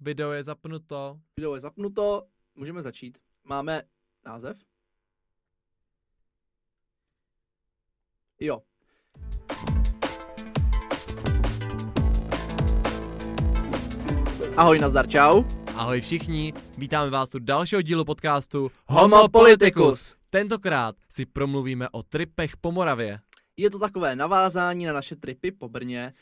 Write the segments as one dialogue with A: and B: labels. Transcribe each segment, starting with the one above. A: Video je zapnuto.
B: Video je zapnuto, můžeme začít. Máme název? Jo. Ahoj, nazdar, čau.
A: Ahoj všichni, vítáme vás u dalšího dílu podcastu
B: Homo Politicus.
A: Tentokrát si promluvíme o tripech po Moravě.
B: Je to takové navázání na naše tripy po Brně.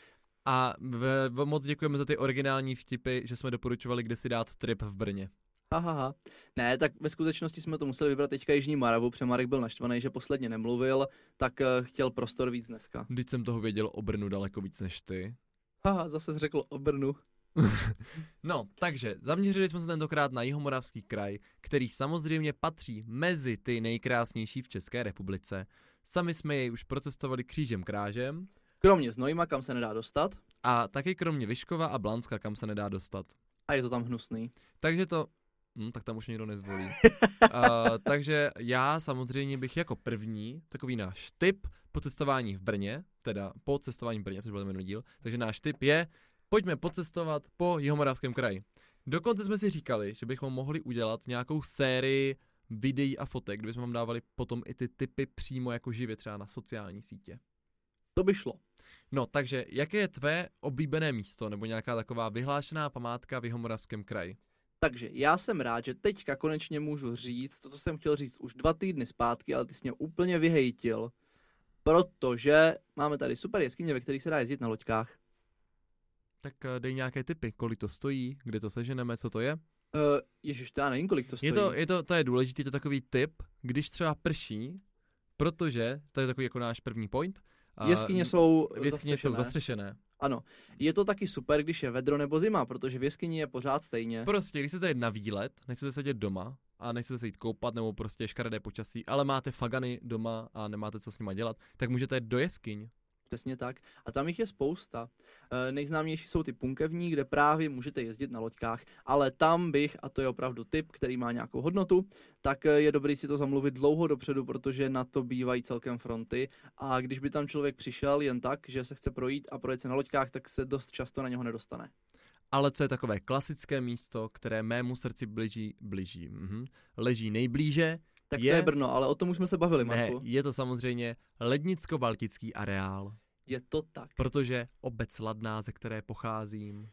A: A v, v, moc děkujeme za ty originální vtipy, že jsme doporučovali, kde si dát trip v Brně.
B: Hahaha. Ne, tak ve skutečnosti jsme to museli vybrat teďka Jižní Moravu, protože Marek byl naštvaný, že posledně nemluvil, tak eh, chtěl prostor víc dneska.
A: Vždyť jsem toho věděl o Brnu daleko víc než ty.
B: Haha, zase řekl o Brnu.
A: No, takže zaměřili jsme se tentokrát na Jihomoravský kraj, který samozřejmě patří mezi ty nejkrásnější v České republice. Sami jsme jej už procestovali křížem krážem
B: Kromě Znojma, kam se nedá dostat,
A: a taky kromě Vyškova a Blanska, kam se nedá dostat.
B: a je to tam hnusný.
A: Takže to... Hm, tak tam už někdo nezvolí. uh, takže já samozřejmě bych jako první, takový náš tip po cestování v Brně, teda po cestování v Brně, což byl minulý díl, takže náš tip je, pojďme pocestovat po Jihomoravském kraji. Dokonce jsme si říkali, že bychom mohli udělat nějakou sérii videí a fotek, kdybychom vám dávali potom i ty tipy přímo jako živě třeba na sociální sítě.
B: To by šlo.
A: No, takže jaké je tvé oblíbené místo nebo nějaká taková vyhlášená památka v Jihomoravském kraji?
B: Takže já jsem rád, že teďka konečně můžu říct, toto jsem chtěl říct už dva týdny zpátky, ale ty jsi mě úplně vyhejtil, protože máme tady super jeskyně, ve kterých se dá jezdit na loďkách.
A: Tak eh, dej nějaké typy, kolik to stojí, kde to seženeme, co to je.
B: Uh, ježiš, to já nevím, kolik to stojí.
A: Je to, je to, to je důležitý, je to takový tip, když třeba prší, protože, to je takový jako náš první point. a
B: Jeskyně jsou
A: eh, jeskyně jsou
B: zastřešené.
A: zastřešené.
B: Ano. Je to taky super, když je vedro nebo zima, protože v jeskyni je pořád stejně.
A: Prostě, když chcete jít na výlet, nechcete sedět doma a nechcete se jít koupat nebo prostě škaredé počasí, ale máte fagany doma a nemáte co s nima dělat, tak můžete jít do jeskyň.
B: Přesně tak. A tam jich je spousta. E, nejznámější jsou ty punkevní, kde právě můžete jezdit na loďkách, ale tam bych, a to je opravdu tip, který má nějakou hodnotu, tak e, je dobrý si to zamluvit dlouho dopředu, protože na to bývají celkem fronty. A když by tam člověk přišel jen tak, že se chce projít a projet se na loďkách, tak se dost často na něho nedostane.
A: Ale co je takové klasické místo, které mému srdci blíží, blíží, mhm, leží nejblíže,
B: Tak
A: Je-
B: to je Brno, ale o tom už jsme se bavili,
A: ne,
B: Marku.
A: je to samozřejmě Lednicko-Baltický areál.
B: Je to tak.
A: Protože obec Ladná, ze které pocházím,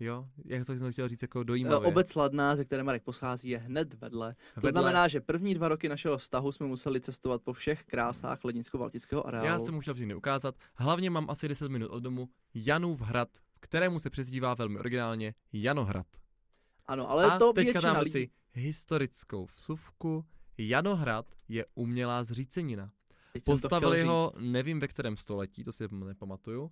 A: jo, jak to jsem chtěl říct, jako
B: E,
A: dojímavě.
B: Obec Ladná, ze které Marek poschází, je hned vedle. To
A: Vedle-
B: znamená, že první dva roky našeho vztahu jsme museli cestovat po všech krásách Lednicko-Baltického areálu.
A: Já jsem mu chtěl všechny ukázat. Hlavně mám asi 10 minut od domu Janův hrad, kterému se přezdívá velmi originálně Janohrad.
B: Ano, ale
A: a
B: to
A: teďka
B: většina
A: dáme
B: lidí...
A: si historickou vsuvku. Janohrad je umělá zřícenina.
B: Teď jsem to
A: Postavili
B: chtěl
A: ho,
B: říct.
A: nevím ve kterém století, to si nepamatuju.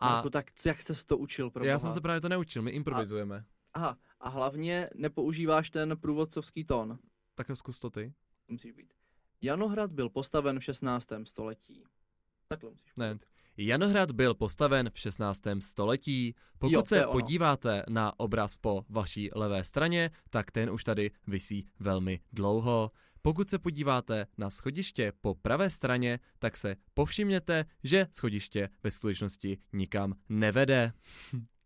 A: A
B: Marku, tak co- jak ses to učil, pro
A: já
B: boha?
A: jsem se právě to neučil, my improvizujeme.
B: Aha, a hlavně nepoužíváš ten průvodcovský tón.
A: Tak ho zkus to ty.
B: To musíš být. Janohrad byl postaven v 16. století. Takhle musíš
A: Ne.
B: být.
A: Janohrad byl postaven v 16. století. Pokud
B: Jo, to
A: se
B: je ono.
A: podíváte na obraz po vaší levé straně, tak ten už tady visí velmi dlouho. Pokud se podíváte na schodiště po pravé straně, tak se povšimněte, že schodiště ve skutečnosti nikam nevede.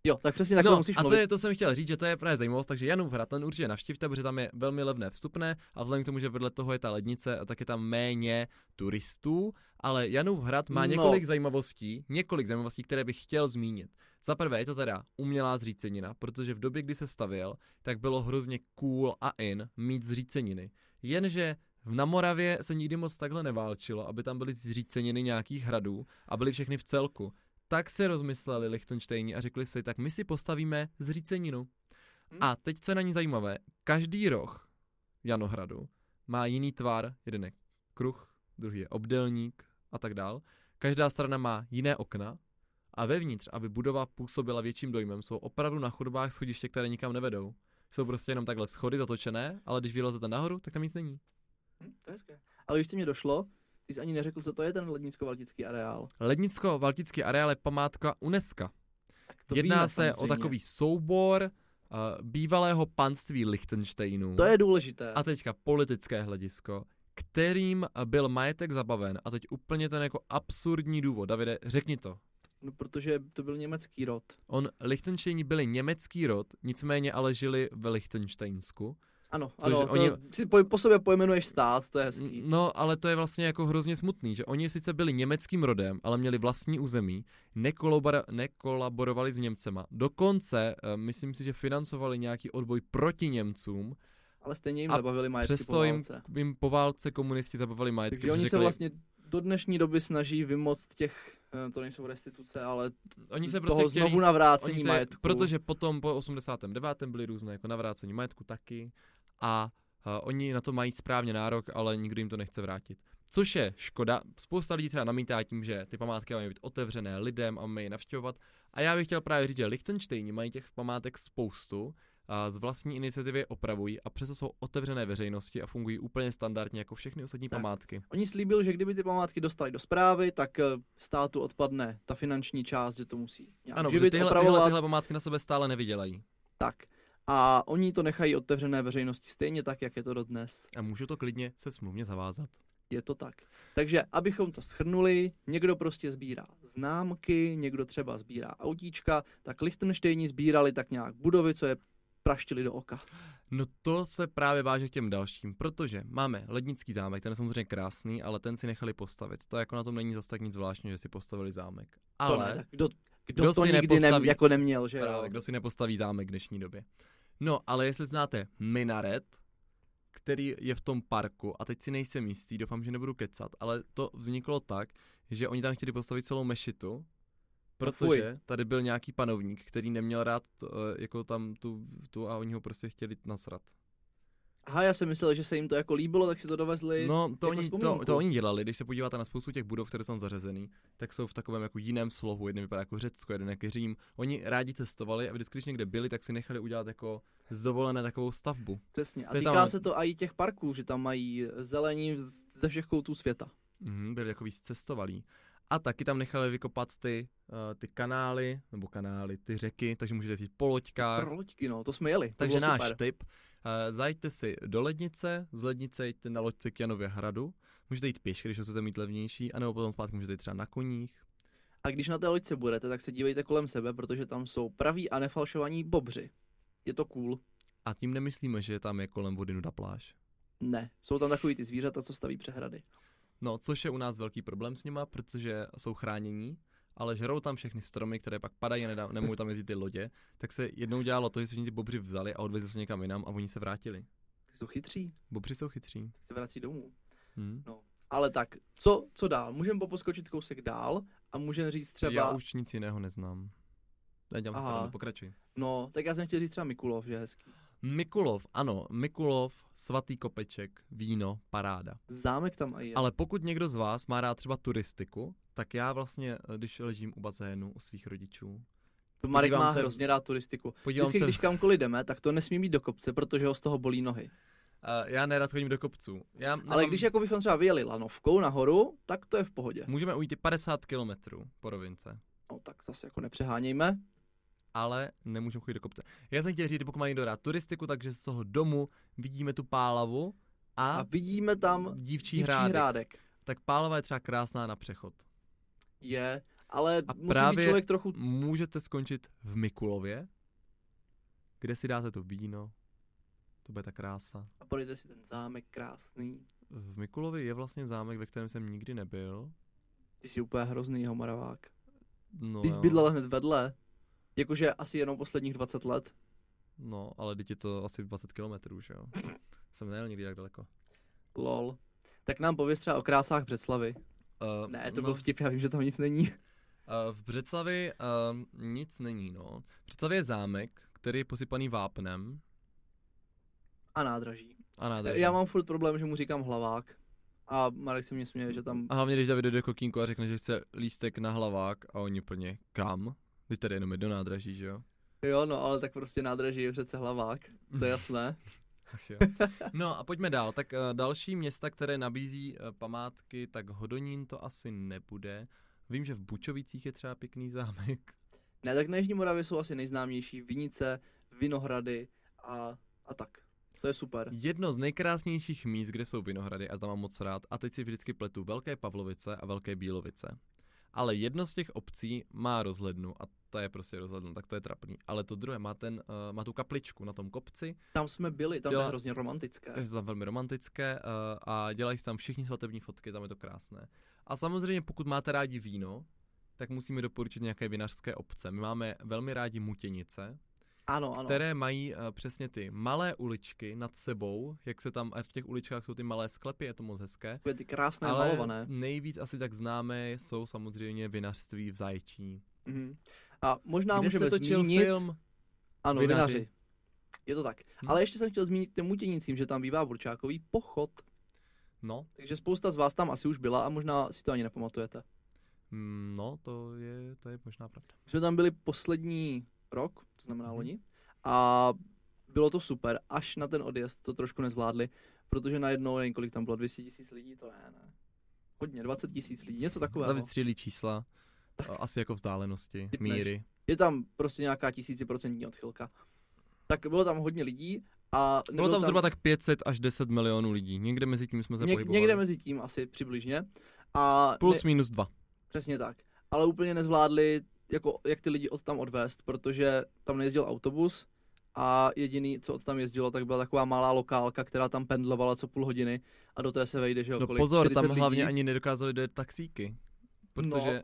B: Jo, tak přesně takhle
A: no,
B: musíš
A: a to,
B: mluvit.
A: je, to jsem chtěl říct, že to je právě zajímavost, takže Janův hrad ten určitě navštivte, protože tam je velmi levné vstupné a vzhledem k tomu, že vedle toho je ta lednice, a tak je tam méně turistů, ale Janův hrad má
B: No.
A: několik zajímavostí, několik zajímavostí, které bych chtěl zmínit. Za prvé je to teda umělá zřícenina, protože v době, kdy se stavěl, tak bylo hrozně cool a in mít zříceniny. Jenže na Moravě se nikdy moc takhle neválčilo, aby tam byly zříceniny nějakých hradů a byly všechny v celku. Tak se rozmysleli Lichtenštejni a řekli si, tak my si postavíme zříceninu.
B: Hm.
A: A teď, co je na ní zajímavé, každý roh Janohradu má jiný tvar, jeden je kruh, druhý je obdelník a tak dál. Každá strana má jiné okna a vevnitř, aby budova působila větším dojmem, jsou opravdu na chodbách schodiště, které nikam nevedou. Jsou prostě jenom takhle schody zatočené, ale když vylezete nahoru, tak tam nic není.
B: Hm, to je hezké. Ale už se mě došlo, ty jsi ani neřekl, co to je ten Lednicko-Baltický areál.
A: Lednicko-Valtický areál je památka UNESCO.
B: To
A: Jedná
B: víme,
A: se o
B: samozřejmě.
A: takový soubor uh, bývalého panství Lichtensteinu
B: To je důležité.
A: a teďka politické hledisko, kterým eh, byl majetek zabaven. A teď úplně ten jako absurdní důvod. Davide, řekni to.
B: No, protože to byl německý rod.
A: On, Lichtenštejni byli německý rod, nicméně ale žili ve Lichtenštejnsku.
B: Ano,
A: Což
B: ano,
A: je-
B: to
A: oni-
B: si po, po sobě pojmenuješ stát, to je hezký.
A: N- No, ale to je vlastně jako hrozně smutný, že oni sice byli německým rodem, ale měli vlastní území, nekolobora- nekolaborovali s Němcema. Dokonce, eh, myslím si, že financovali nějaký odboj proti Němcům,
B: Ale stejně jim
A: A
B: zabavili majetky po
A: přesto jim-
B: válce.
A: jim po válce komunisti zabavili majetky.
B: Takže oni
A: protože
B: se
A: řekli-
B: vlastně do dnešní doby snaží vymoct těch, eh, to nejsou restituce, ale
A: oni se
B: toho
A: prostě chtěli,
B: znovu navrácení
A: Oni
B: se, majetku.
A: Protože potom po 89. byly různé jako navrácení majetku taky a uh, oni na to mají správně nárok, ale nikdo jim to nechce vrátit. Což je škoda. Spousta lidí třeba namítá tím, že ty památky mají být otevřené lidem a mají je navštěvovat. A já bych chtěl právě říct, že Lichtensteini mají těch památek spoustu, a z vlastní iniciativy je opravují a přesto jsou otevřené veřejnosti a fungují úplně standardně jako všechny ostatní
B: Tak.
A: památky.
B: Oni slíbil, že kdyby ty památky dostali do zprávy, tak eh, státu odpadne ta finanční část, že to musí nějak
A: Ano, protože
B: živit,
A: tyhle,
B: opravovat.
A: tyhle, tyhle památky na sebe stále nevydělají.
B: Tak. A oni to nechají otevřené veřejnosti stejně tak, jak je to dodnes.
A: A můžu to klidně se smluvně zavázat.
B: Je to tak. Takže, abychom to schrnuli, někdo prostě sbírá známky, někdo třeba sbírá autíčka, tak Lichtenštejni sbírali tak nějak budovy, co je praštili do oka.
A: No to se právě váže k těm dalším, protože máme lednický zámek, ten je samozřejmě krásný, ale ten si nechali postavit. To jako na tom není zas tak nic zvláštního, že si postavili zámek.
B: To ne,
A: Ale
B: tak kdo, kdo,
A: kdo
B: kdo to
A: si
B: nikdy ne,
A: nepostaví-
B: jako neměl, že
A: právě,
B: jo?
A: kdo si nepostaví zámek v dnešní době. No, ale jestli znáte minaret, který je v tom parku, a teď si nejsem jistý, doufám, že nebudu kecat, ale to vzniklo tak, že oni tam chtěli postavit celou mešitu, protože tady byl nějaký panovník, který neměl rád eh, jako tam tu, tu a oni ho prostě chtěli nasrat.
B: Aha, já jsem myslel, že se jim to jako líbilo, tak si to dovezli.
A: No, to,
B: jako
A: oni, to,
B: vzpomínku.
A: to oni dělali, když se podíváte na spoustu těch budov, které jsou tam zařazený, tak jsou v takovém jako jiném slohu, jeden vypadá jako Řecko, jeden jako Řím. Oni rádi cestovali a vždycky, když někde byli, tak si nechali udělat jako z dovolené takovou stavbu.
B: Přesně. A
A: to je
B: týká
A: tam-
B: se to i těch parků, že tam mají zelení z- ze všech koutů světa.
A: Mhm, byli jako víc cestovalí. A taky tam nechali vykopat ty, uh, ty kanály, nebo kanály, ty řeky, takže můžete jít po loďkách.
B: Proloďky, no, to jsme jeli. To
A: Takže
B: bylo
A: náš
B: super.
A: tip, eh, zajďte si do lednice, z lednice jděte na loďce k Janově hradu, můžete jít pěšky, když to chcete mít levnější, anebo potom zpátky můžete jít třeba na koních.
B: A když na té loďce budete, tak se dívejte kolem sebe, protože tam jsou praví a nefalšovaní bobři. Je to cool.
A: A tím nemyslíme, že tam je kolem vody nuda pláž.
B: Ne, jsou tam takový ty zvířata, co staví přehrady.
A: No, což je u nás velký problém s nima, protože jsou chránění, ale žerou tam všechny stromy, které pak padají a nedá, nemůžou tam jezdit ty lodě, tak se jednou dělalo to, že se všichni ty bobři vzali a odvezli se někam jinam a oni se vrátili.
B: Ty jsou chytří,
A: Bobři jsou chytří.
B: ty se vrací domů.
A: Hm?
B: Ale tak, co, co dál? Můžeme poposkočit kousek dál a můžeme říct třeba...
A: Já už nic jiného neznám. Já dělám se
B: Aha.
A: srandu, pokračuj.
B: No, tak já jsem chtěl říct třeba Mikulov, že je hezký.
A: Mikulov, ano, Mikulov, svatý kopeček, víno, paráda.
B: Zámek tam a je.
A: Ale pokud někdo z vás má rád třeba turistiku, tak já vlastně, eh, když ležím u bazénu u svých rodičů,
B: To Marek
A: podívám
B: má
A: se-
B: hrozně rád turistiku.
A: podívám
B: Vždycky,
A: se...
B: když kamkoliv jdeme, tak to nesmí být do kopce, protože ho z toho bolí nohy.
A: Uh, já nerad chodím do kopců. Já nemám...
B: Ale když jako bychom třeba vyjeli lanovkou nahoru, tak to je v pohodě.
A: Můžeme ujít i 50 kilometrů po rovince,
B: No tak zase jako nepřehánějme.
A: ale nemůžeme chodit do kopce. Já jsem chtěl říct, že pokud má někdo rád turistiku, takže z toho domu vidíme tu pálavu a,
B: A vidíme tam
A: dívčí,
B: dívčí
A: hrádek.
B: hrádek.
A: Tak pálava je třeba krásná na přechod.
B: Je, ale
A: A
B: musí
A: právě-
B: být člověk trochu...
A: Můžete skončit v Mikulově, kde si dáte to víno, to bude ta krása.
B: A projde si ten zámek krásný.
A: V Mikulově je vlastně zámek, ve kterém jsem nikdy nebyl.
B: Ty jsi úplně hrozný homoravák.
A: No,
B: Ty jsi
A: jo.
B: bydlel hned vedle. Jakože asi jenom posledních 20 let.
A: no ale teď je to asi 20 kilometrů, že jo. jsem nejel nikdy tak daleko.
B: Lol. Tak nám pověz třeba o krásách Břeclavy.
A: Uh,
B: Ne, to byl vtip, já vím, že tam nic není.
A: Eh, V Břeclavi um, nic není, no. V Břeclavě je zámek, který je posypaný vápnem
B: A nádraží.
A: a nádherný.
B: Já mám furt problém, že mu říkám hlavák. A Marek se mě směje, že tam...
A: A hlavně, když David jde kokínku a řekne, že chce lístek na hlavák a oni plně kam? Teď tady jenom je do nádraží, že jo?
B: Jo, no, ale tak prostě nádraží je přece hlavák. To je jasné.
A: Ach jo. No a pojďme dál. Tak eh, další města, které nabízí eh, památky, tak Hodonín to asi nebude. Vím, že v Bučovicích je třeba pěkný zámek.
B: Ne, tak na Jižní Moravě jsou asi nejznámější vinice, vinohrady a, a tak. To je super.
A: Jedno vlastně jako z nejkrásnějších míst, kde jsou vinohrady a tam mám moc rád, a teď si vždycky pletu Velké Pavlovice a Velké Bílovice. Ale jedno z těch obcí má rozhlednu a ta je prostě rozhledna, tak to je trapný. Ale to druhé má, ten, uh, má tu kapličku na tom kopci,
B: Tam jsme byli, tam to je
A: Dělá-
B: hrozně romantické.
A: je to tam velmi romantické uh, a dělají se tam všichni svatební fotky, tam je to krásné. A samozřejmě pokud máte rádi víno, tak musíme doporučit nějaké vinařské obce. My máme velmi rádi mutěnice,
B: Ano, ano.
A: které mají eh, přesně ty malé uličky nad sebou, jak se tam, a v těch uličkách jsou ty malé sklepy, je to moc hezké.
B: Takové ty krásné
A: ale
B: malované.
A: nejvíc asi tak známé jsou samozřejmě vinařství v Zaječí.
B: Mhm. A možná
A: kde
B: můžeme
A: se točil
B: zmínit...
A: film
B: ano,
A: Vinaři.
B: vinaři. Je to tak.
A: Hm.
B: Ale ještě jsem chtěl zmínit k těm mutěnicím, že tam bývá burčákový pochod.
A: No,
B: Takže spousta z vás tam asi už byla a možná si to ani nepamatujete.
A: mm, no, to je, to je možná pravda.
B: My jsme tam byli poslední rok, to znamená
A: Mhm.
B: loni, a bylo to super, až na ten odjezd to trošku nezvládli, protože najednou, nevím kolik tam bylo, 200 tisíc lidí, to ne, ne. Hodně, 20 tisíc lidí, něco takového.
A: Zavitřili čísla, eh, asi jako vzdálenosti,
B: no. Typneš.
A: míry.
B: Je tam prostě nějaká tisíciprocentní odchylka. Tak bylo tam hodně lidí a
A: Bylo
B: nebyl
A: tam zhruba tak 500 až 10 milionů lidí, někde mezi tím jsme se
B: něk,
A: pohybovali.
B: někde mezi tím asi přibližně. A
A: Plus minus dva.
B: Přesně tak. Ale úplně nezvládli, jako, jak ty lidi od tam odvést, protože tam nejezdil autobus a jediný, co od tam jezdilo, tak byla taková malá lokálka, která tam pendlovala co půl hodiny a do té se vejde, že jo,
A: No
B: kolik,
A: pozor,
B: 40
A: tam hlavně
B: lidí. No.
A: ani nedokázali dojet taxíky. Protože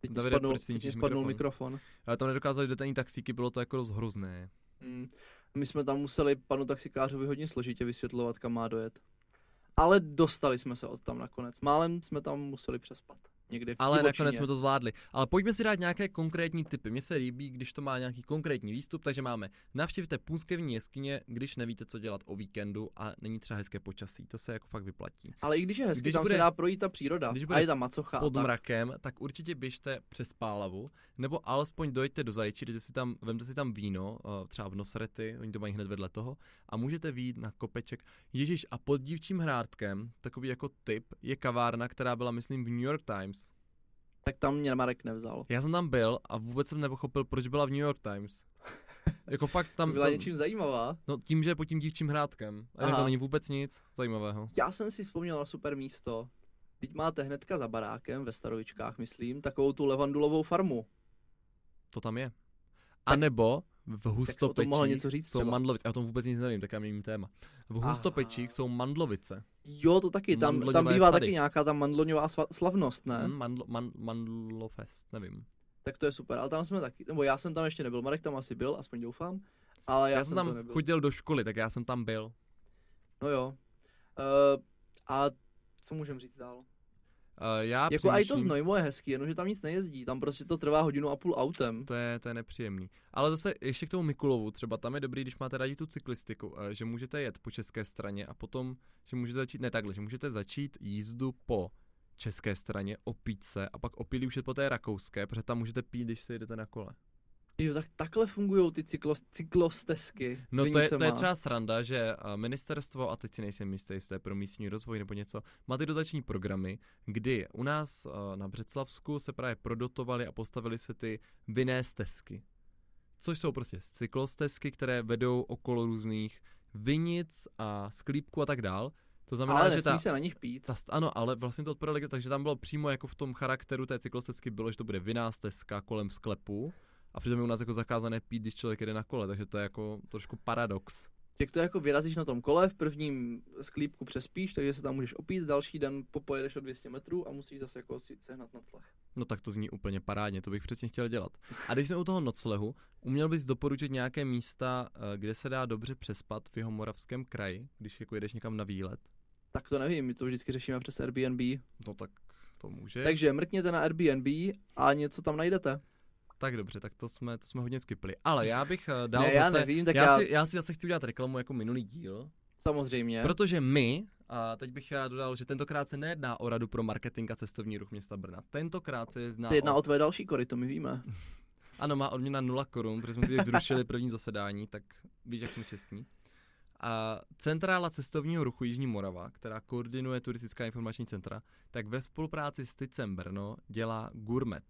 B: Teď mi
A: Davide,
B: spadnul,
A: proč si
B: teď mi
A: ničíš
B: spadnul mikrofon.
A: Ale tam nedokázali dojet ani taxíky, bylo to jako rozhrozné.
B: Mm. My jsme tam museli panu taxikářovi hodně složitě vysvětlovat, kam má dojet. Ale dostali jsme se od tam nakonec. Málem jsme tam museli přespat. Někde v
A: Ale
B: divočině.
A: nakonec jsme to zvládli. Ale pojďme si dát nějaké konkrétní typy. Mně se líbí, když to má nějaký konkrétní výstup, takže máme navštivte půnskevní jeskyně, když nevíte, co dělat o víkendu a není třeba hezké počasí. To se jako fakt vyplatí.
B: Ale i když je hezky,
A: Když
B: tam se
A: bude-
B: dá projít ta příroda
A: když
B: a
A: bude
B: je tam macocha. a
A: Pod
B: tak.
A: mrakem, tak určitě běžte přes Pálavu, nebo alespoň dojďte do Zajiči, dejte si tam, vemte si tam víno, eh, třeba v Nosrety, oni to mají hned vedle toho, a můžete výjít na kopeček. Ježíš, a pod dívčím hrádkem, takový jako typ, je kavárna, která byla, myslím, v New York Times.
B: tak tam mě Marek nevzal.
A: Já jsem tam byl a vůbec jsem nepochopil, proč byla v New York Times. Jako fakt tam,
B: Tam, byla
A: tam
B: něčím zajímavá.
A: no tím, že je pod tím dívčím hrádkem. A
B: Aha.
A: tam není vůbec nic zajímavého.
B: Já jsem si vzpomněl na super místo. Teď máte hnedka za barákem ve Starovičkách, myslím, takovou tu levandulovou farmu.
A: To tam je. A
B: Tak-
A: nebo v
B: tom mohl
A: Hustopečích
B: něco říct
A: jsou
B: třeba.
A: mandlovice. Já o tom vůbec nic nevím, tak já měním téma. V
B: Aha.
A: Hustopečích jsou mandlovice.
B: Jo, to taky, tam, tam
A: Mandloňové
B: bývá
A: sady.
B: taky nějaká ta mandloňová sva- slavnost, ne?
A: Hm, mandlo, man, mandlofest, nevím.
B: Tak to je super, ale tam jsme taky, nebo já jsem tam ještě nebyl, Marek tam asi byl, aspoň doufám, ale já,
A: Já, jsem
B: to
A: tam
B: nebyl.
A: chodil do školy, tak já jsem tam byl.
B: No jo. Uh, a co můžem říct dál?
A: Uh, já
B: Jako a i to
A: přemýšlím-
B: znojmo je hezký, jenomže tam nic nejezdí, tam prostě to trvá hodinu a půl autem.
A: To je, to je nepříjemný. Ale zase ještě k tomu Mikulovu, třeba tam je dobrý, když máte rádi tu cyklistiku, eh, že můžete jet po české straně a potom, že můžete začít, ne takhle, že můžete začít jízdu po české straně, opít se a pak opilí už je po té rakouské, protože tam můžete pít, když se jedete na kole.
B: Jo, tak takhle fungují ty cyklo, cyklostezky.
A: No to je, to je
B: Vinicema.
A: třeba sranda, že eh, ministerstvo, a teď si nejsem jistý, jestli to je pro místní rozvoj nebo něco, má ty dotační programy, kdy u nás eh, na Břeclavsku se právě prodotovaly a postavily se ty vinné stezky. Což jsou prostě cyklostezky, které vedou okolo různých vinic a sklípků a tak dál. To znamená,
B: Ale
A: že
B: nesmí
A: ta,
B: se na nich pít.
A: ta, st- ano, ale vlastně to odprodali, takže tam bylo přímo jako v tom charakteru té cyklostezky bylo, že to bude vinná stezka kolem sklepu a přitom je u nás jako zakázané pít, když člověk jede na kole, takže to je jako trošku paradox.
B: Jak to jako vyrazíš na tom kole, v prvním sklípku přespíš, takže se tam můžeš opít, další den popojedeš o 200 metrů a musíš zase jako si sehnat nocleh.
A: No tak to zní úplně parádně, to bych přesně chtěl dělat. A když jsme u toho noclehu, uměl bys doporučit nějaké místa, eh, kde se dá dobře přespat v jeho moravském kraji, když jako jedeš někam na výlet?
B: Tak to nevím, my to vždycky řešíme přes Airbnb.
A: No tak to může. Takže...
B: Takže mrkněte na Airbnb a něco tam najdete.
A: Tak dobře, tak to jsme, to jsme hodně skipli. Ale já bych eh, dal
B: ne,
A: zase...
B: já nevím, tak
A: já,
B: já, já...
A: Si, já si zase chci udělat reklamu jako minulý díl,
B: samozřejmě.
A: Protože my, a teď bych já dodal, že tentokrát se nejedná o radu pro marketing a cestovní ruch města Brna. Tentokrát se jedná,
B: Se jedná
A: o...
B: o tvé další kory, to my víme.
A: Ano, má odměna 0 korun, protože jsme si teď zrušili první zasedání, tak víš, jak jsme čestní. A Centrála cestovního ruchu Jižní Morava, která koordinuje turistická informační centra, tak ve spolupráci s Tycem Brno dělá Gourmet.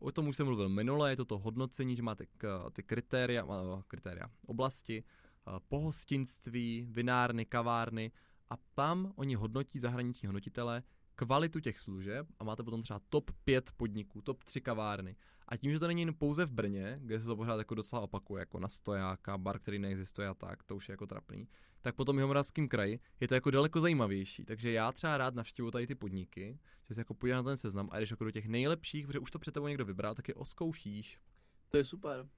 A: O tom už jsem mluvil minule, je to to hodnocení, že máte k, ty kritéria, a, kritéria oblasti, a, pohostinství, vinárny, kavárny a tam oni hodnotí zahraniční hodnotitele, kvalitu těch služeb a máte potom třeba top 5 podniků, top 3 kavárny. A tím, že to není jen pouze v Brně, kde se to pořád jako docela opakuje, jako na stojáka, bar, který neexistuje a tak, to už je jako trapný, tak potom Jihomoravském kraji je to jako daleko zajímavější. Takže já třeba rád navštěvuju tady ty podniky, že se jako podívám na ten seznam a jdeš jako do těch nejlepších, protože už to před tebou někdo vybral, tak je oskoušíš.
B: To je super.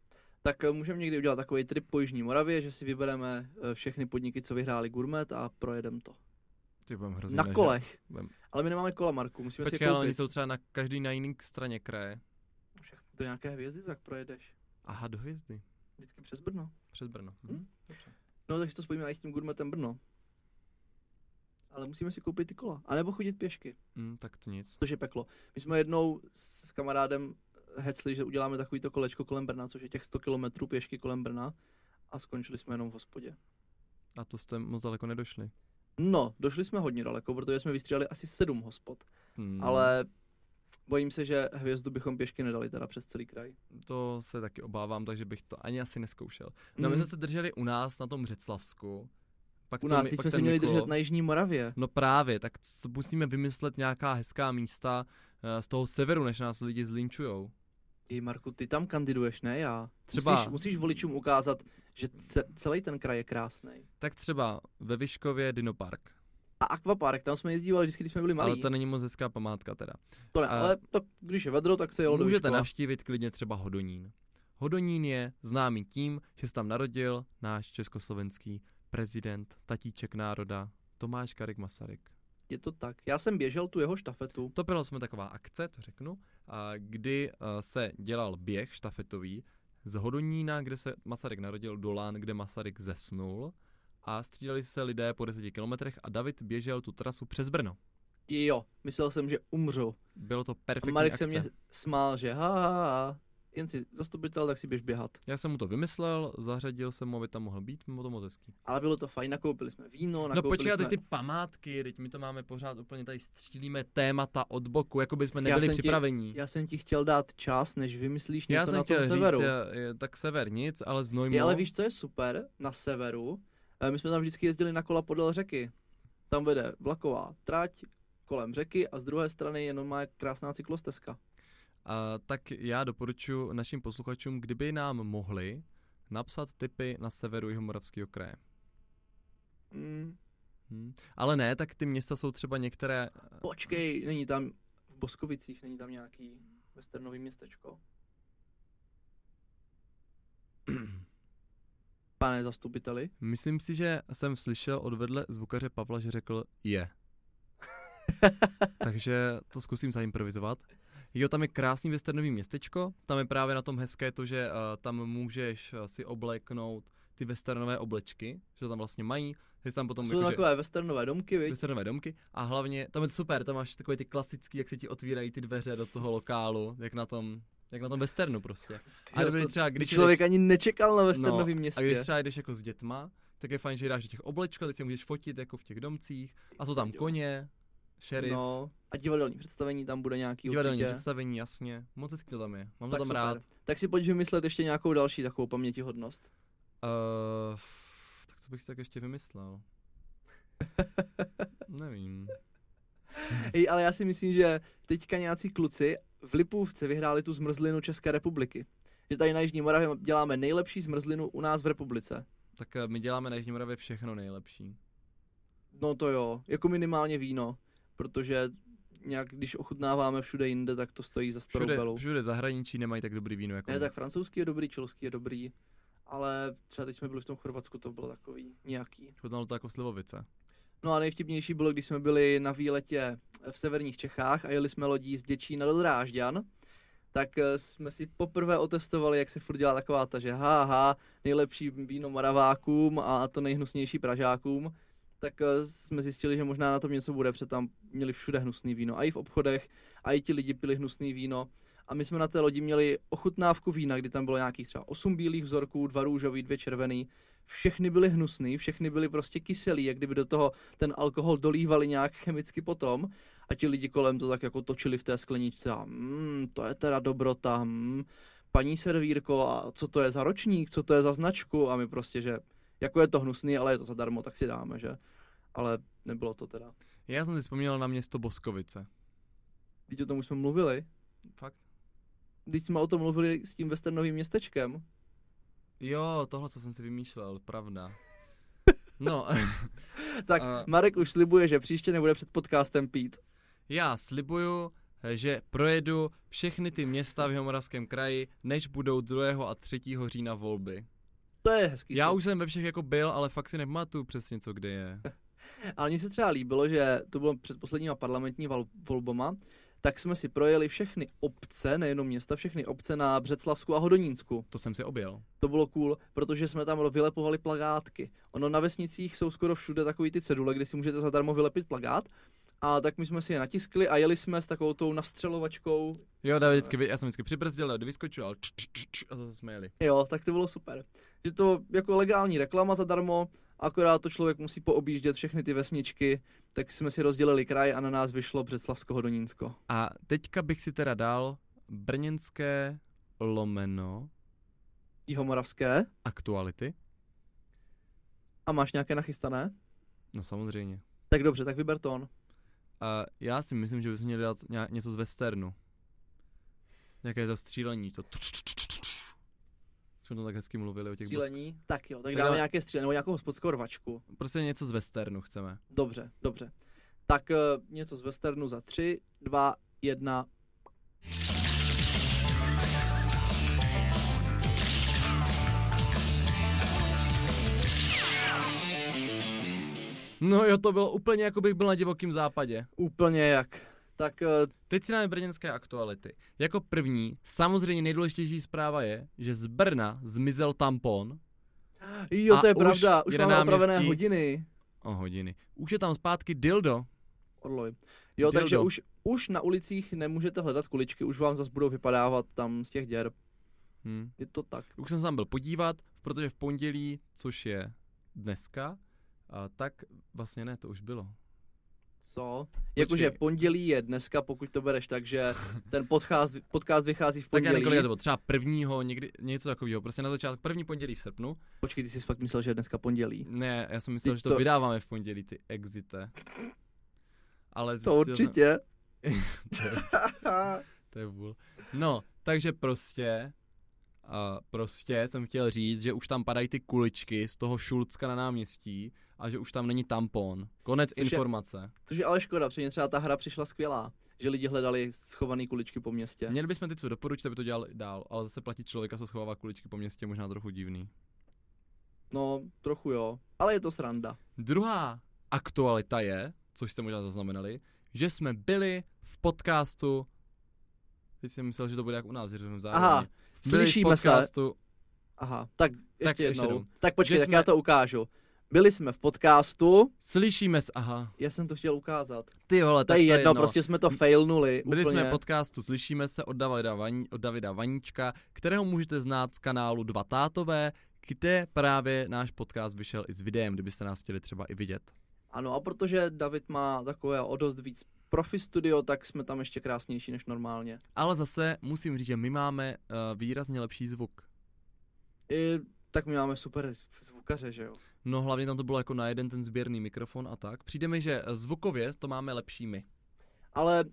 B: Tak eh, můžeme někdy udělat takový trip po Jižní Moravě, že si vybereme eh, všechny podniky, co vyhráli Gourmet a projedeme to.
A: Ty budem hrozně
B: na
A: nažrat.
B: kolech.
A: Budem-
B: Ale my nemáme kola, Marku, musíme si
A: Počkej,
B: je
A: ale oni
B: koupit.
A: jsou třeba na každý na jiný straně kraje.
B: Všechno do nějaké hvězdy tak projedeš.
A: Aha, do hvězdy.
B: Vždycky přes Brno.
A: Přes Brno. Mhm.
B: Hm? No takže to spojíme i s tím Gourmetem Brno. Ale musíme si koupit ty kola. A nebo chodit pěšky,
A: Mm, tak to nic.
B: což je peklo. My jsme jednou s s kamarádem hecli, že uděláme takovýto kolečko kolem Brna, což je těch 100 kilometrů pěšky kolem Brna. A skončili jsme jenom v hospodě.
A: A to jste moc daleko nedošli.
B: No, došli jsme hodně daleko, protože jsme vystřídali asi sedm hospod.
A: Hmm.
B: Ale bojím se, že hvězdu bychom pěšky nedali teda přes celý kraj.
A: To se taky obávám, takže bych to ani asi neskoušel. No my jsme se drželi u nás na tom Břeclavsku. Pak
B: Mhm. U
A: to
B: nás,
A: mi-
B: teď
A: pak
B: jsme se
A: ten
B: měli
A: Mikulov.
B: držet na Jižní Moravě.
A: No právě, tak c- musíme vymyslet nějaká hezká místa eh, z toho severu, než nás lidi zlinčujou.
B: Jej Marku, ty tam kandiduješ, ne já.
A: Třeba-
B: Musíš, musíš voličům ukázat, že ce, celý ten kraj je krásný.
A: Tak třeba ve Vyškově Dinopark.
B: A akvapark, tam jsme jezdívali vždycky, když jsme byli malí.
A: Ale to není moc hezká památka teda.
B: to ne,
A: a-
B: ale to, když je vedro, tak se jelo do
A: Můžete
B: Vyškova.
A: navštívit klidně třeba Hodonín. Hodonín je známý tím, že se tam narodil náš československý prezident, tatíček národa, Tomáš Karik Masaryk.
B: Je to tak. Já jsem běžel tu jeho štafetu.
A: To byla jsme taková akce, to řeknu, a kdy a, se dělal běh štafetový z Hodonína, kde se Masaryk narodil, do Lán, kde Masaryk zesnul a střídali se lidé po 10 kilometrech a David běžel tu trasu přes Brno.
B: Jo, myslel jsem, že umřu.
A: Bylo to
B: A
A: perfektní
B: Marek se
A: akce.
B: mě smál, že ha, ha, ha, jen si zastupitel, tak si běž běhat.
A: Já jsem mu to vymyslel, zařadil jsem mu, aby tam mohl být, bylo to moc hezký.
B: Ale bylo to fajn, nakoupili jsme víno,
A: No
B: nakoupili
A: počkej,
B: jsme...
A: teď ty památky, teď my to máme pořád úplně tady střílíme témata od boku, jako by jsme
B: Já
A: nebyli
B: jsem ti-
A: připravení.
B: Já jsem ti chtěl dát čas, než vymyslíš
A: Já
B: něco
A: jsem
B: na
A: chtěl
B: tom
A: říct, eh,
B: severu.
A: je- je- tak sever nic, ale znojmo.
B: Je, ale víš, co je super na severu? E, My jsme tam vždycky jezdili na kola podél řeky. Tam vede vlaková trať kolem řeky a z druhé strany jenom má krásná cyklostezka.
A: A, tak já doporučuji našim posluchačům, kdyby nám mohli napsat tipy na severu Jihomoravského kraje.
B: Mm,
A: Hm. Ale ne, tak ty města jsou třeba některé...
B: počkej, není tam v Boskovicích, není tam nějaký westernový městečko. Pane zastupiteli,
A: Myslím si, že jsem slyšel od vedle zvukaře Pavla, že řekl je. Takže to zkusím zaimprovizovat. Jo, tam je krásný westernový městečko, tam je právě na tom hezké to, že uh, tam můžeš uh, si obléknout ty westernové oblečky, že to tam vlastně mají, že tam potom
B: jsou
A: jakože-
B: takové westernové domky, viď?
A: westernové domky a hlavně tam je to super, tam máš takový ty klasický, jak se ti otvírají ty dveře do toho lokálu, jak na tom, jak na tom westernu prostě. A
B: Jo,
A: dobrý
B: to-
A: třeba, když
B: Člověk ani nečekal na
A: jdeš,
B: westernovém
A: a
B: městě.
A: když třeba jdeš jako s dětma, tak je fajn, že dáš do těch oblečka, teď si můžeš fotit jako v těch domcích a jsou tam koně, šerif, no,
B: No, a divadelní představení tam bude nějaký
A: divadelní
B: určitě.
A: představení, jasně, moc hezky to tam je, mám to
B: Tak
A: tam
B: super.
A: rád.
B: No, Tak si pojď vymyslet ještě nějakou další takovou pamětihodnost.
A: Uh, tak co bych si tak ještě vymyslel? Nevím.
B: Hej, ale já si myslím, že teďka nějací kluci v Lipůvce vyhráli tu zmrzlinu České republiky. Že tady na Jižní Moravě děláme nejlepší zmrzlinu u nás v republice.
A: Tak eh, my děláme na Jižní Moravě všechno nejlepší.
B: No to jo, jako minimálně víno, protože nějak když ochutnáváme všude jinde, tak to stojí za starou
A: Všude,
B: belou.
A: všude zahraničí nemají tak dobrý víno jako
B: Ne,
A: my.
B: tak francouzský je dobrý, čilský je dobrý, ale třeba teď jsme byli v tom Chorvatsku, to bylo takový nějaký.
A: Chutnalo to jako slivovice.
B: No a nejvtipnější bylo, když jsme byli na výletě v severních Čechách a jeli jsme lodí z Děčína do Drážďan, tak eh, jsme si poprvé otestovali, jak se furt dělá taková ta, že haha, nejlepší víno Moravákům a to nejhnusnější Pražákům, tak eh, jsme zjistili, že možná na tom něco bude, protože tam měli všude hnusný víno, a i v obchodech, a i ti lidi pili hnusný víno. A my jsme na té lodi měli ochutnávku vína, kdy tam bylo nějakých třeba 8 bílých vzorků, dva růžový, dvě červený. Všechny byly hnusný, všechny byly prostě kyselý, jak kdyby do toho ten alkohol dolívali nějak chemicky potom a ti lidi kolem to tak jako točili v té skleničce a mm, to je teda dobrota, mm, paní servírko a co to je za ročník, co to je za značku a my prostě, že jako je to hnusný, ale je to zadarmo, tak si dáme, že? Ale nebylo to teda.
A: Já jsem si vzpomněl na město Boskovice.
B: Teď o tom už jsme mluvili.
A: Fakt?
B: Teď jsme o tom mluvili s tím westernovým městečkem.
A: Jo, tohle, co jsem si vymýšlel, pravda. No,
B: Tak
A: A-
B: Marek už slibuje, že příště nebude před podcastem pít.
A: já slibuju, že projedu všechny ty města v Jihomoravském kraji, než budou 2. a 3. října volby.
B: To je hezký
A: Já
B: slib.
A: už jsem ve všech jako byl, ale fakt si nepamatuju přesně, co kde je.
B: Ale mně se třeba líbilo, že to bylo před posledníma parlamentní val- volbama, tak jsme si projeli všechny obce, nejenom města, všechny obce na Břeclavsku a Hodonínsku.
A: To jsem si objel.
B: To bylo cool, protože jsme tam vylepovali plagátky. Ono na vesnicích jsou skoro všude takový ty cedule, kde si můžete zadarmo vylepit plagát. A tak my jsme si je natiskli a jeli jsme s takovou tou nastřelovačkou.
A: Jo, David vždycky, vy- já jsem vždycky přibrzdil, David vyskočil a, č, č, č, č, a zase jsme jeli.
B: Jo, tak to bylo super. Že to jako legální reklama zadarmo, akorát to člověk musí poobjíždět všechny ty vesničky, tak jsme si rozdělili kraj a na nás vyšlo Břeclavsko-Hodonínsko.
A: A teďka bych si teda dal brněnské lomeno
B: Jihomoravské.
A: aktuality.
B: A máš nějaké nachystané?
A: No samozřejmě.
B: Tak dobře, tak vyber tón.
A: A já si myslím, že bychom měli dát nějak, něco z westernu. Nějaké to střílení, to tč, tč, tč, tč. Jsme tam tak hezky mluvili o těch bosk...
B: Střílení? Tak jo, tak
A: Tak
B: dáme
A: dáme-
B: nějaké střílení, nebo nějakou hospodskou rvačku.
A: Prostě něco z westernu chceme.
B: Dobře, dobře. Tak eh, něco z westernu za tři, dva, jedna.
A: No jo, to bylo úplně jako bych byl na divokém západě.
B: Úplně jak. Tak eh,
A: Teď si dáme brněnské aktuality. Jako první, samozřejmě nejdůležitější zpráva je, že z Brna zmizel tampon
B: jo,
A: A
B: to je
A: už
B: pravda, už
A: je na
B: máme opravené
A: náměstí.
B: hodiny.
A: o hodiny. Už je tam zpátky dildo.
B: Orloj. Jo,
A: Dildo.
B: takže už, už na ulicích nemůžete hledat kuličky, už vám zase budou vypadávat tam z těch děr.
A: Hm.
B: Je to tak.
A: Už jsem se tam byl podívat, protože v pondělí, což je dneska, a tak vlastně ne, to už bylo.
B: Co? Jakože pondělí je dneska, pokud to bereš, takže ten podcast, podcast vychází v
A: Tak já
B: pondělí.
A: nevím, kolik je to bylo, třeba prvního, někdy, něco takového, prostě na začátku, první pondělí v srpnu.
B: Počkej, ty jsi fakt myslel, že je dneska pondělí.
A: Ne, já jsem myslel,
B: Ty
A: že to,
B: to-
A: vydáváme v pondělí, ty exite. Ale
B: To
A: zjistil jsem-
B: určitě.
A: to, je, to je vůl. No, takže prostě, a prostě jsem chtěl říct, že už tam padají ty kuličky z toho Šulcka na náměstí a že už tam není tampon. Konec
B: Což je-
A: informace.
B: Což je ale škoda, protože mě třeba ta hra přišla skvělá, že lidi hledali schované kuličky po městě.
A: Měli bychom ty, co doporučit, aby to dělal dál, ale zase platit člověka, co schovává kuličky po městě, možná trochu divný.
B: No, trochu jo, ale je to sranda.
A: Druhá aktualita je, což jste možná zaznamenali, že jsme byli v podcastu. Teď jsem myslel, že to bude jak u nás, že to jdeme zároveň.
B: Aha,
A: byli
B: slyšíme
A: v
B: se.
A: podcastu,
B: Aha, tak ještě
A: ještě
B: jednou.
A: jednou.
B: Tak počkej,
A: Že
B: tak
A: jsme-
B: já to ukážu. Byli jsme v podcastu,
A: Slyšíme se, aha.
B: já jsem to chtěl ukázat.
A: Ty vole,
B: To
A: tak
B: je
A: to
B: jedno,
A: je jedno,
B: prostě jsme to failnuli
A: Byli
B: úplně.
A: jsme v podcastu Slyšíme se od Davida, Vaň, od Davida Vanička, kterého můžete znát z kanálu Dva tátové, kde právě náš podcast vyšel i s videem, kdybyste nás chtěli třeba i vidět.
B: Ano, a protože David má takové o dost víc profi studio, tak jsme tam ještě krásnější než normálně.
A: Ale zase musím říct, že my máme uh, výrazně lepší zvuk.
B: I, tak my máme super zvukaře, že jo.
A: No hlavně tam to bylo jako na jeden ten sběrný mikrofon a tak. Přijde mi, že zvukově to máme lepší my.
B: Ale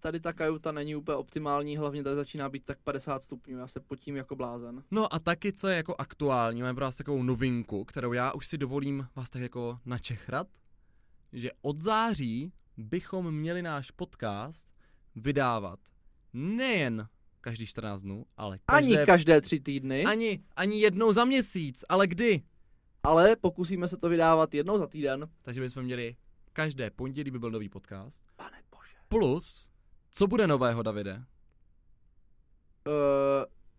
B: tady ta kajuta není úplně optimální, hlavně tady začíná být tak 50 stupňů, já se potím jako blázen.
A: No a taky, co je jako aktuální, máme pro vás takovou novinku, kterou já už si dovolím vás tak jako načechrat, že od září bychom měli náš podcast vydávat nejen každý 14 dnů, ale
B: Ani
A: každé,
B: každé tři týdny,
A: ani, ani jednou za měsíc, ale kdy?
B: ale pokusíme se to vydávat jednou za týden.
A: Takže bychom měli každé pondělí by byl nový podcast.
B: Pane bože.
A: Plus, co bude nového, Davide?
B: Uh,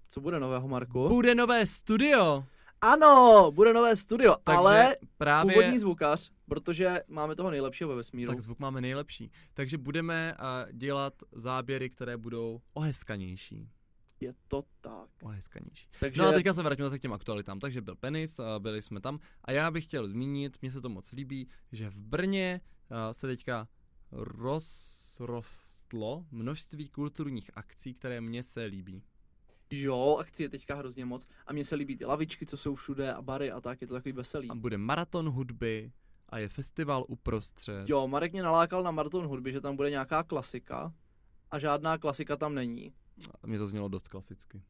B: co bude nového, Marku?
A: Bude nové studio!
B: ano, bude nové studio,
A: Takže
B: ale
A: právě...
B: původní zvukař, protože máme toho nejlepšího ve vesmíru.
A: Tak zvuk máme nejlepší. Takže budeme eh, dělat záběry, které budou oheskanější.
B: Je to tak.
A: Oheskanější.
B: Takže
A: No a teďka se vrátíme zase k těm aktualitám. Takže byl penis, a byli jsme tam. A já bych chtěl zmínit, mně se to moc líbí, že v Brně eh, se teďka rozrostlo množství kulturních akcí, které mně se líbí.
B: Jo, akcí je teďka hrozně moc. A mně se líbí ty lavičky, co jsou všude a bary a tak, je to takový veselý.
A: A bude maraton hudby a je festival uprostřed.
B: Jo, Marek mě nalákal na maraton hudby, že tam bude nějaká klasika a žádná klasika tam není.
A: A Mně to znělo dost klasicky.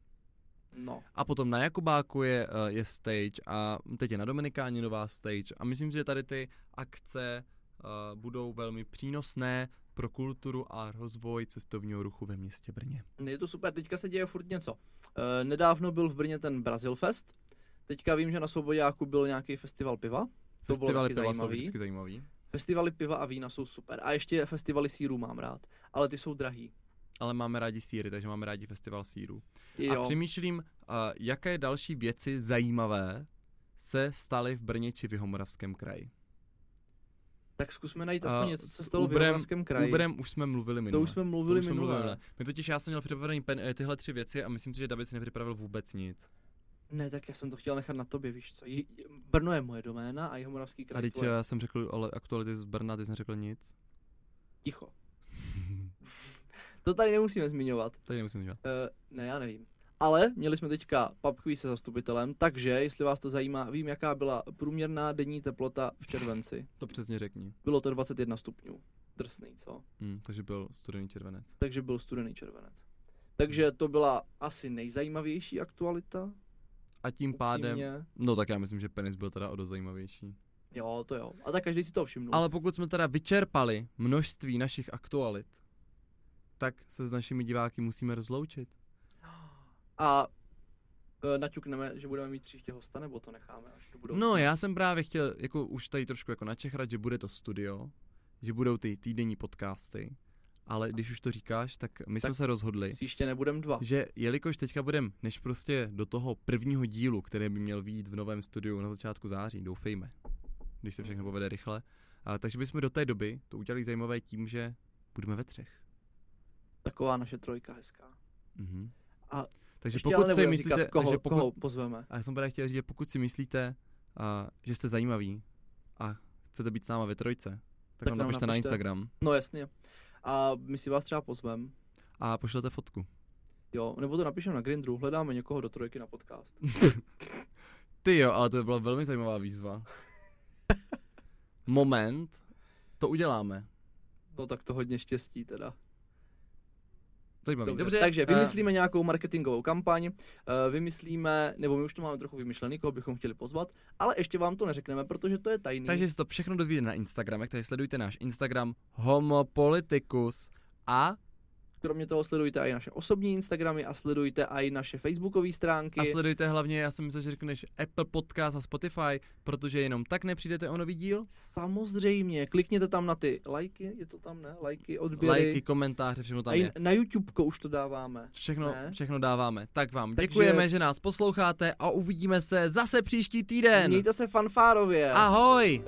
B: No.
A: A potom na Jakubáku je, eh, je stage a teď je na Dominikáni nová stage a myslím si, že tady ty akce eh, budou velmi přínosné pro kulturu a rozvoj cestovního ruchu ve městě Brně.
B: Je to super, teďka se děje furt něco. E, nedávno byl v Brně ten Brazil Fest, teďka vím, že na Svobodáku byl nějaký festival piva. To bylo
A: Festivaly
B: taky
A: piva jsou
B: zajímavý.
A: vždycky zajímavý,
B: Festivaly piva a vína jsou super. A ještě festivaly sírů mám rád, ale ty jsou drahý.
A: ale máme rádi síry, takže máme rádi festival sírů.
B: Jo.
A: A přemýšlím, eh, jaké další věci zajímavé se staly v Brně či v Jihomoravském kraji.
B: Tak zkusme najít
A: A
B: aspoň něco, co se
A: s
B: stalo v
A: Uberem-
B: Jihomoravském kraji.
A: Uberem už jsme mluvili
B: to
A: minule.
B: už jsme mluvili
A: To už jsme
B: minule.
A: mluvili. My totiž já jsem měl připravený pen, eh, tyhle tři věci a myslím si, že David si nepřipravil vůbec nic.
B: Ne, tak já jsem to chtěl nechat na tobě, víš co. J- Brno je moje doména a Jihomoravský kraj
A: A teď
B: tvoje.
A: já jsem řekl ale aktuality z Brna, ty jsi neřekl nic.
B: Ticho. To tady nemusíme zmiňovat.
A: Tady nemusím dělat.
B: Uh, ne, já nevím. Ale měli jsme teďka papkví se zastupitelem, takže jestli vás to zajímá, vím, jaká byla průměrná denní teplota v červenci.
A: To přesně řekni.
B: Bylo to 21 stupňů. Drsný, co?
A: Mm, takže byl studený červenec.
B: Takže byl studený červenec. Takže to byla asi nejzajímavější aktualita.
A: A tím pádem,
B: upřímně.
A: no tak já myslím, že penis byl teda o dost zajímavější.
B: Jo, to jo. A tak každý si to všimnul.
A: Ale pokud jsme teda vyčerpali množství našich aktualit, tak se s našimi diváky musíme rozloučit.
B: A e, naťukneme, že budeme mít příště hosta, nebo to necháme až do budoucna.
A: No, já jsem právě chtěl jako už tady trošku jako načehrat, že bude to studio, že budou ty týdenní podcasty, ale když už to říkáš, tak my jsme
B: Tak-
A: se rozhodli,
B: Příště nebudem dva.
A: že jelikož teďka budeme, než prostě do toho prvního dílu, který by měl výjít v novém studiu na začátku září, doufejme, když se všechno povede rychle, a, takže bychom do té doby to udělali zajímavé tím, že budeme ve třech.
B: Taková naše trojka hezká.
A: Mhm.
B: A
A: takže
B: Ještě ale
A: pokud si
B: nebudem
A: myslíte,
B: říkat, koho,
A: že pokud,
B: koho pozveme.
A: A já jsem právě chtěl říct, že pokud si myslíte, a, že jste zajímaví a chcete být s náma ve trojce, tak,
B: Tak
A: tak nám
B: nám
A: napište na
B: napište.
A: Instagram
B: No jasně. A my si vás třeba pozveme.
A: a pošlete fotku.
B: Jo, nebo to napíšeme na Grindru, hledáme někoho do trojky na podcast.
A: Ty jo, ale to by byla velmi zajímavá výzva. Moment, to uděláme.
B: No tak to hodně štěstí teda.
A: To Dobře,
B: Dobře,
A: Dobře,
B: takže
A: eh,
B: vymyslíme nějakou marketingovou kampaň, eh, vymyslíme, nebo my už to máme trochu vymyšlený, koho bychom chtěli pozvat, ale ještě vám to neřekneme, protože to je tajný.
A: Takže si to všechno dozvíte na Instagramech, takže sledujte náš Instagram homopoliticus a,
B: Kromě toho sledujte i naše osobní Instagramy a sledujte i naše facebookové stránky.
A: a sledujte hlavně, já jsem myslel, že řekneš Apple Podcast a Spotify, protože jenom tak nepřijdete o nový díl.
B: Samozřejmě, klikněte tam na ty lajky, je to tam, ne? Lajky, odběry.
A: Lajky, komentáře, všechno tam
B: a
A: je.
B: i na YouTube už to dáváme.
A: Všechno,
B: Ne?
A: všechno dáváme. Tak vám
B: Takže-
A: děkujeme, že nás posloucháte a uvidíme se zase příští týden.
B: Mějte se fanfárově.
A: Ahoj!